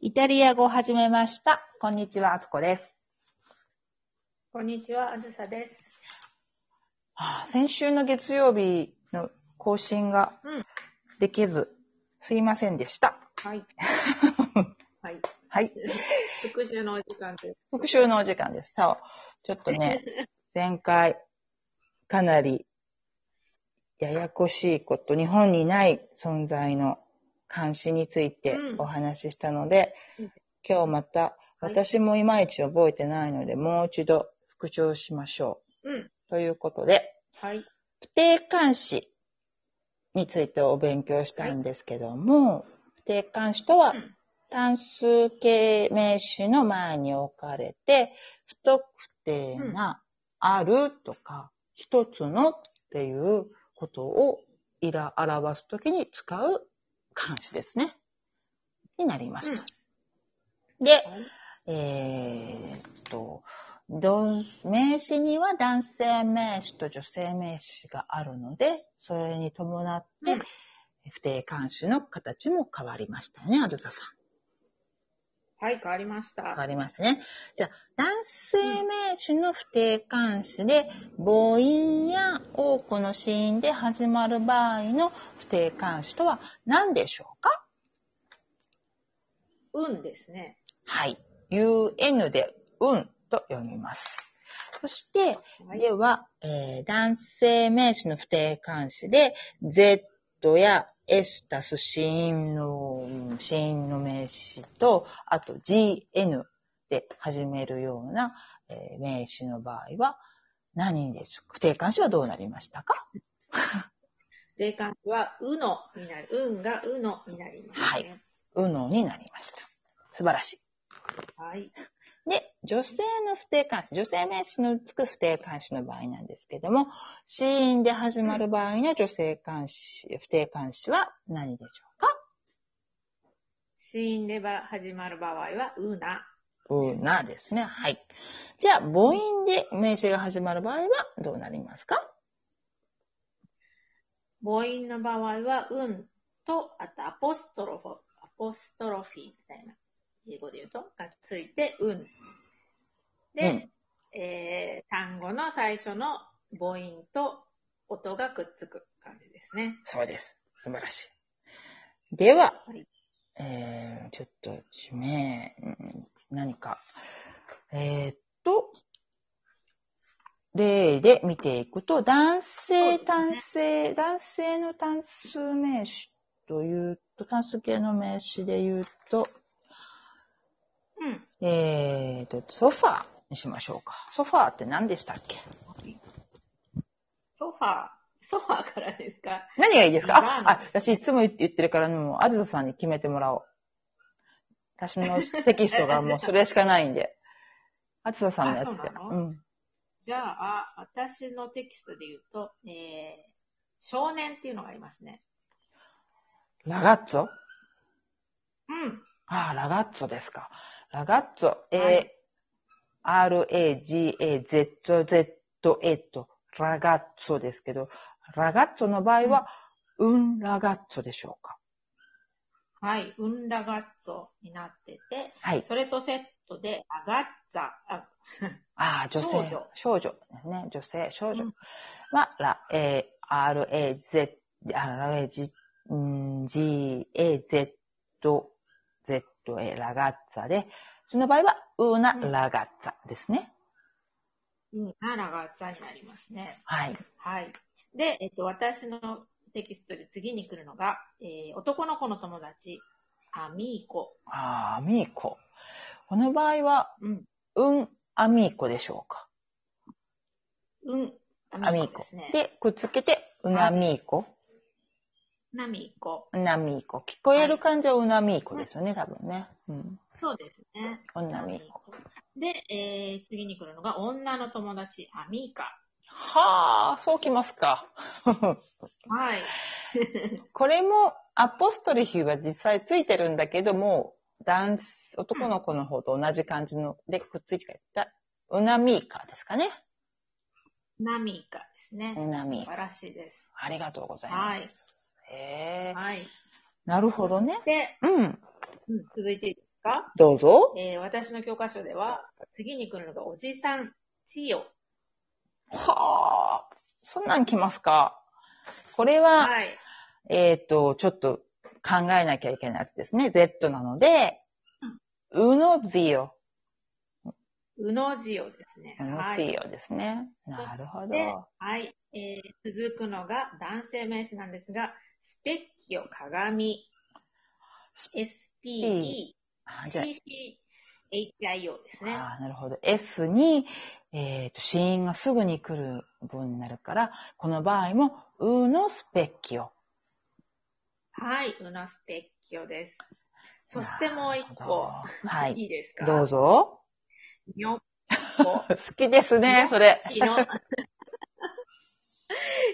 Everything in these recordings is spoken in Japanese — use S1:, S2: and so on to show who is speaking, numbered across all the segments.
S1: イタリア語を始めました。こんにちは、あつこです。
S2: こんにちは、あずさです。
S1: はあ先週の月曜日の更新が
S2: うん
S1: できず、すいませんでした。
S2: はい。はい。
S1: はい。
S2: 復習のお時間です。
S1: 復習のお時間です。そう。ちょっと ね、前回、かなり、ややこしいこと、日本にない存在の監視について
S2: うん
S1: お話ししたので、
S2: そうです
S1: 今日また、
S2: はい
S1: 私もいまいち覚えてないので、もう一度復唱しましょ
S2: うん。
S1: う。ということで、
S2: はい。
S1: 不定冠詞についてお勉強したんですけども、不定冠詞とは
S2: うん
S1: 単数形名詞の前に置かれて、不特定な、あるとか、一つのっていうことをいら表すときに使う冠詞ですね。になりました。で、えーっと、どう名詞には男性名詞と女性名詞があるので、それに伴って、
S2: うん
S1: 不定冠詞の形も変わりましたね、あずささん。
S2: はい、変わりまし
S1: 変わ
S2: た。
S1: りましたね。じゃあ、男性名詞の不定冠詞で、母音や多くの子音で始まる場合の不定冠詞とは何でしょうか
S2: うんですね。
S1: はい。un で、うんと読みます。そして、
S2: はい。
S1: では、えー男性名詞の不定冠詞で、Z や S たす子音の、うん子音の名詞と、あと GN で始めるような、えー名詞の場合は、何でしょう不定冠詞はどうなりましたか
S2: 定冠詞は、うのになる。うんがうのになります、ね。
S1: うのになりました。素晴らしい。
S2: はい。はい。
S1: で、女性の不定冠詞、女性名詞のつく不定冠詞の場合なんですけども、子音で始まる場合の女性冠詞、不定冠詞は何でしょうか
S2: 死因でば始まる場合は、うな。
S1: うなですね。はい。じゃあ、母音で名詞が始まる場合はどうなりますか
S2: 母音の場合は、うんと、あと、アポストロフォ、アポストロフィーみたいな、英語で言うと、がついて、うん。で、
S1: うん
S2: えー単語の最初の母音と音がくっつく感じですね。
S1: そうです。素晴らしい。では、
S2: はい
S1: えー、ちょっと、地名、うん何か。えーっと、例で見ていくと、男性、
S2: そうですね
S1: 単性、男性の単数名詞というと、単数形の名詞で言うと、
S2: うん。
S1: えーっと、ソファーにしましょうか。ソファーって何でしたっけ
S2: ソファー、ソファーからですか
S1: 何がいいですか
S2: バー
S1: あ
S2: ナー
S1: あ、私いつも言って言ってるから、もう、あずささんに決めてもらおう。私のテキストがもうそれしかないん で。あずささんのやつで
S2: あ。そう
S1: う。
S2: なんじゃあ、私のテキストで言うと、えー、少年っていうのがありますね。
S1: ラガッツォ
S2: うん。
S1: ああ、ラガッツォですか。ラガッツォ、
S2: は
S1: A、R、A、G、A、Z、Z、A と、ラガッツォですけど、ラガッツォの場合は、うん、ラガッツォでしょうか。
S2: はい。うんらがっツォになってて、
S1: はい。
S2: それとセットで、あがっざ、あ、
S1: ああ、女性。
S2: 少女。
S1: 少女ですね。女性、少女。
S2: うん
S1: は、ら、えー、r, a, z, r, a, g, んー g, a, z, z, a, ラガッツァで、その場合は、うな、
S2: うん
S1: ラガッツァですね。
S2: うんらがっざになりますね。
S1: はい。
S2: はい。で、えっと、私のテキストで次に来るのが、えー、男の子の友達、アミーコ。
S1: あー、アミーコ。この場合は、
S2: うん。
S1: うん、アミーコでしょうか。
S2: うん。
S1: ア
S2: ア
S1: ミー
S2: ミー
S1: コ
S2: コですね。、
S1: で、くっつけて、うなみーこ。
S2: ナミーコ。
S1: うなみーこ。聞こえる感じはうなみーこですよね、多分ね。うん。
S2: そうですね。
S1: うなみーこ。
S2: で、えー、次に来るのが、女の友達、アミーカ。
S1: はー、そうきますか。
S2: はい。
S1: これも、アポストリフィは実際ついてるんだけども、男子、男の子の方と同じ感じの、で、くっついてた、うなみーかですかね。
S2: ナミーカですね。
S1: うなみ
S2: 素
S1: ーか。
S2: 晴らしいです。
S1: ありがとうございます。へえ
S2: はい。
S1: なるほどね
S2: そ。して、
S1: うん。
S2: うん、続いていいですか、
S1: どうぞ。
S2: えー私の教科書では、次に来るのがおじさん、チヨ。
S1: はあ、そんなん来ますか。これは、
S2: はい。
S1: えっ、と、ちょっと考えなきゃいけないやつですね。Z なので、うのじよ。
S2: うのじよですね。
S1: うの
S2: は
S1: じ
S2: い。
S1: よですね。なるほ
S2: そして
S1: ど。
S2: はい。えー続くのが男性名詞なんですが、スペッキオ鏡。SPE、
S1: あじゃあ
S2: CCHIO ですね。
S1: あーなるほど。S に、えっ、と、子音がすぐに来る文になるから、この場合も、うのスペッキオ。
S2: はい。うのスペッキオです。そしてもう一
S1: なるほ
S2: 個。
S1: ど。はいい。
S2: いですか
S1: どう。ぞ。
S2: にょっこ。
S1: 好きですね、それ。
S2: ニョッキの、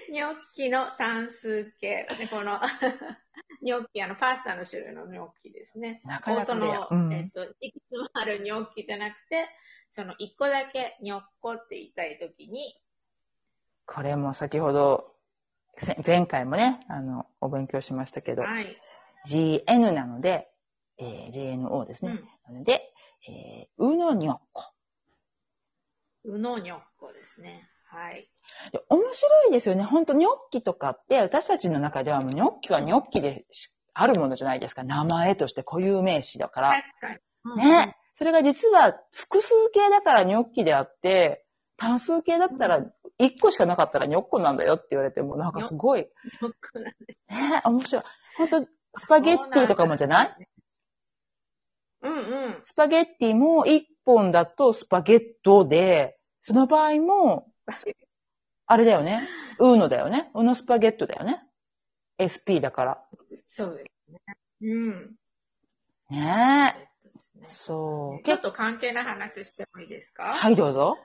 S2: ニョッキの単数形。でこの、 ニョッキ、あの、パスタの種類のニョッキですね。
S1: なか
S2: こう
S1: な
S2: そ
S1: かね
S2: の、、
S1: うん
S2: えっと、いくつもあるニョッキじゃなくて、その一個だけニョッコって言いたいときに、
S1: これも先ほど、せ前回もね、あの、お勉強しましたけど、
S2: はい。
S1: GN なので、えー GNO です
S2: う
S1: ね。
S2: ん。
S1: なので、えー、うのにょっこ。
S2: うのニョッコですね。はい。
S1: で面白いですよね。ほんと、ニョッキとかって、私たちの中ではもうニョッキはニョッキでしあるものじゃないですか。名前として固有名詞だから。
S2: 確かに。うん
S1: ね。それが実は複数形だからニョッキであって、単数形だったら、1個しかなかったらニョッコなんだよって言われても、なんかすごい、
S2: ニョッコなん
S1: ね、面白い。ほんと、スパゲッティとかもじゃない
S2: うんうん。
S1: スパゲッティも一本だとスパゲットで、その場合も、あれだよね。ウーノだよね。ウーノスパゲットだよね。SP だから。
S2: そうですね。うん。
S1: ねえ。そう。
S2: ちょっと関係ない話してもいいですか
S1: はい、どうぞ。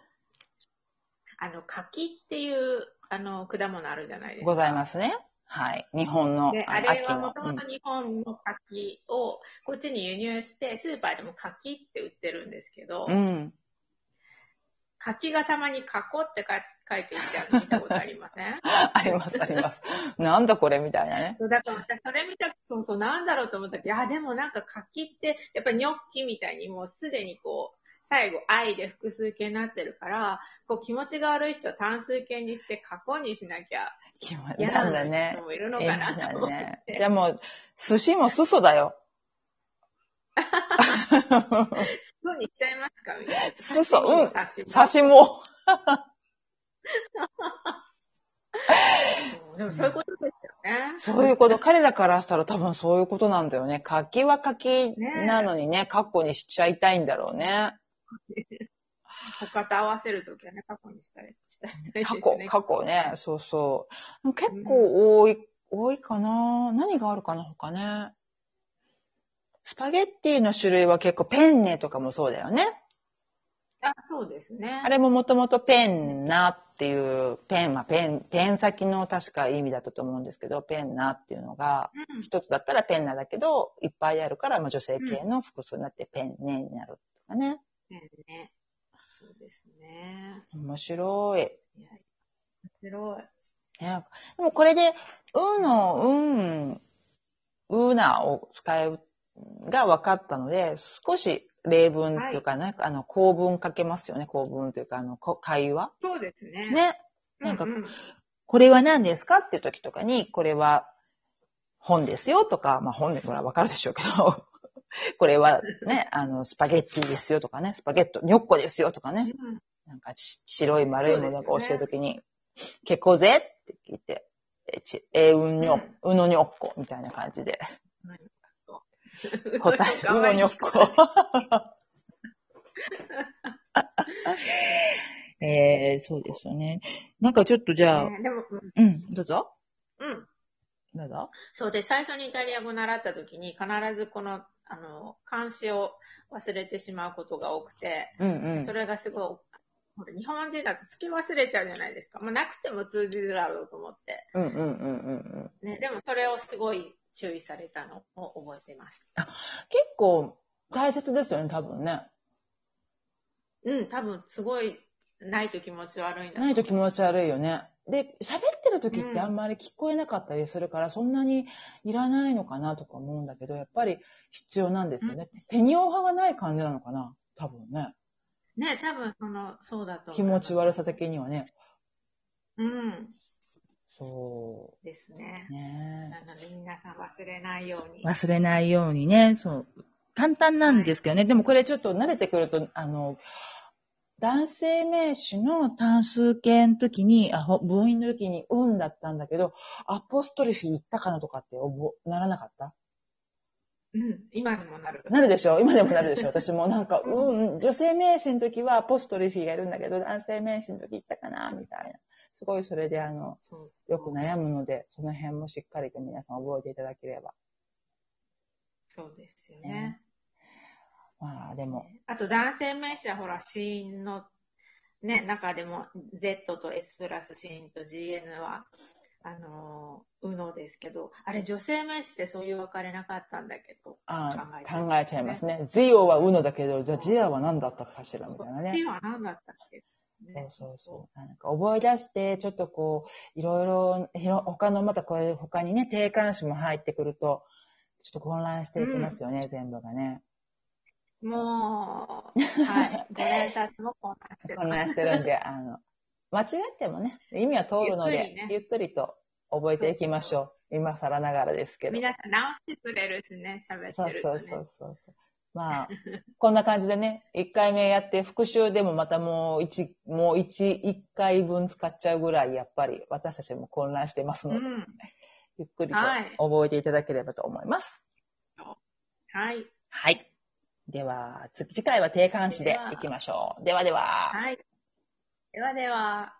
S2: あの、柿っていう、あの、果物あるじゃないですか。
S1: ござい
S2: す。
S1: ますね。はい。日本の。
S2: で、
S1: の
S2: あれは
S1: 秋の
S2: もともと日本の柿を、こっちに輸入して、スーパーでも柿って売ってるんですけど、
S1: うん。うん
S2: 柿がたまに過去ってか書いてあるの見たことありま せん
S1: あります、あります。なんだこれみたいなね。
S2: そうだから私それ見た、そうそう、なんだろうと思ったけど、あ、でもなんか柿って、やっぱニョッキみたいにもうすでにこう、最後、愛で複数形になってるから、こう気持ちが悪い人は単数形にして過去にしなきゃ
S1: 気持ち
S2: 嫌
S1: なんだ
S2: な
S1: ね
S2: 人。もいるの
S1: え
S2: かなと思って。
S1: ね。じゃあもう、寿司もすそだよ。
S2: そうに行っちゃいますかみたいな。
S1: すそうん
S2: 刺身
S1: 刺しも。
S2: でもそういうことですよね。
S1: そういうこと、彼らからしたら多分そういうことなんだよね。柿は柿なのにね、カッコにしちゃいたいんだろうね。
S2: 他と合わせるときはね、過去にしたりしたいです
S1: 過
S2: ね。
S1: 去、過去ね、そうそう。結構多い、多いかな何があるかな他ね。スパゲッティの種類は結構ペンネとかもそうだよね。
S2: あ、そうですね。
S1: あれももともとペンナっていう、ペン、まあペン、ペン先の確か意味だったと思うんですけど、ペンナっていうのが、
S2: うん
S1: 一つだったらペンナだけど、いっぱいあるから、まあ、女性系の複数になってペンネになるとかね。
S2: ね。そうですね。
S1: 面白い。
S2: いや面白い。
S1: ね、でもこれで、うの、うん、うなを使うが分かったので、少し例文というか、なんかあの、構文書けますよね。構文というか、あの、こ会話。
S2: そうですね。
S1: ね。
S2: うう
S1: なんかこれは何ですかっていう時とかに、これは本ですよとか、まあ本でこれはわかるでしょうけど、 これはね、あの、スパゲッティですよとかね、スパゲット、ニョッコですよとかね、
S2: うん
S1: なんかし白い丸いもの
S2: そ
S1: を
S2: うです
S1: 教え
S2: よ
S1: る
S2: ね
S1: ときに、結構ぜって聞いて、え、ち、え、うんにょ、うのにょっこみたいな感じで答え、うのにょっこ。 えー、そうですよね。なんかちょっとじゃあ、
S2: ねでも、うん
S1: うん、どうぞ、
S2: うん。
S1: どうぞ。
S2: そうで、最初にイタリア語習った時に、必ずこの、あの、漢詩を忘れてしまうことが多くて、
S1: うんうん。
S2: それがすごい、日本人だとつき忘れちゃうじゃないですか。もうなくても通じるだろうと思って。
S1: うんうんうんうんうん。
S2: ね、でもそれをすごい注意されたのを覚えてます。
S1: 結構大切ですよね、多分ね。
S2: うん、多分すごいないと気持ち悪いんだ
S1: ないと気持
S2: ち
S1: ち悪いよね。で、喋ってる時ってあんまり聞こえなかったりするから、そんなにいらないのかなとか思うんだけど、やっぱり必要なんですよね。手に負派がない感じなのかな多分ね。
S2: ね、多分その、そうだと思
S1: 気
S2: い
S1: 持
S2: ます
S1: ち悪さ的にはね。
S2: うん。
S1: そ
S2: ですね
S1: う。。ね
S2: なので皆さん忘れないように。
S1: 忘れないようにね、そう。簡単なんですけどね、でもこれちょっと慣れてくると、あの、男性名詞の単数形の時に、あ、ほ母音の時に、うんだったんだけど、アポストリフィー言ったかなとかって覚え、ならなかった
S2: うん。今にもなる。
S1: なるでしょ今でもなるでしょ私もなんか、うん、うん女性名詞の時はアポストリフィーがいるんだけど、男性名詞の時言ったかなみたいな。すごいそれで、あの、
S2: そう
S1: よく悩むので、その辺もしっかりと皆さん覚えていただければ。
S2: そうですよ
S1: ね
S2: ね。
S1: まあ、でも、
S2: あと男性名詞はほら、子音の、ね、中でも Z と S プラス子音と GN は、あのー、うのですけど、あれ女性名詞ってそういう分かれなかったんだけど、
S1: あ
S2: 考えちゃい
S1: 考
S2: ますね
S1: えちゃいますね。ゼオはウノだけど、じゃあジアは何だったかしらみたいな
S2: っ
S1: ね
S2: て。いうのは何だったっけ、
S1: そうそう
S2: そ
S1: そう。なんか覚え出して、ちょっとこう、いろいろ、ひろ他の、またこれ、他にね、定冠詞も入ってくると、ちょっと混乱していきますよね、全部がね。
S2: うもう、はい。ご連たちも混乱してる
S1: 混乱してるんで、あの、間違ってもね、意味は通るので、ゆっ,、
S2: ゆっく
S1: く
S2: りね
S1: りと覚えていきましょう。今更ながらですけど。
S2: 皆さん直してくれるしね、喋
S1: そ
S2: っ
S1: う
S2: てると、
S1: そ
S2: ね。
S1: うそう そう。まあ、こんな感じでね、1回目やって、復習でもまたもう1、もう一一回分使っちゃうぐらい、やっぱり私たちも混乱してますので、
S2: うん。
S1: ゆっくりと
S2: はい
S1: 覚えていただければと思います。
S2: はい。
S1: はい。では、次次回は定冠詞でいきましょう。ではでは
S2: はい。ではでは。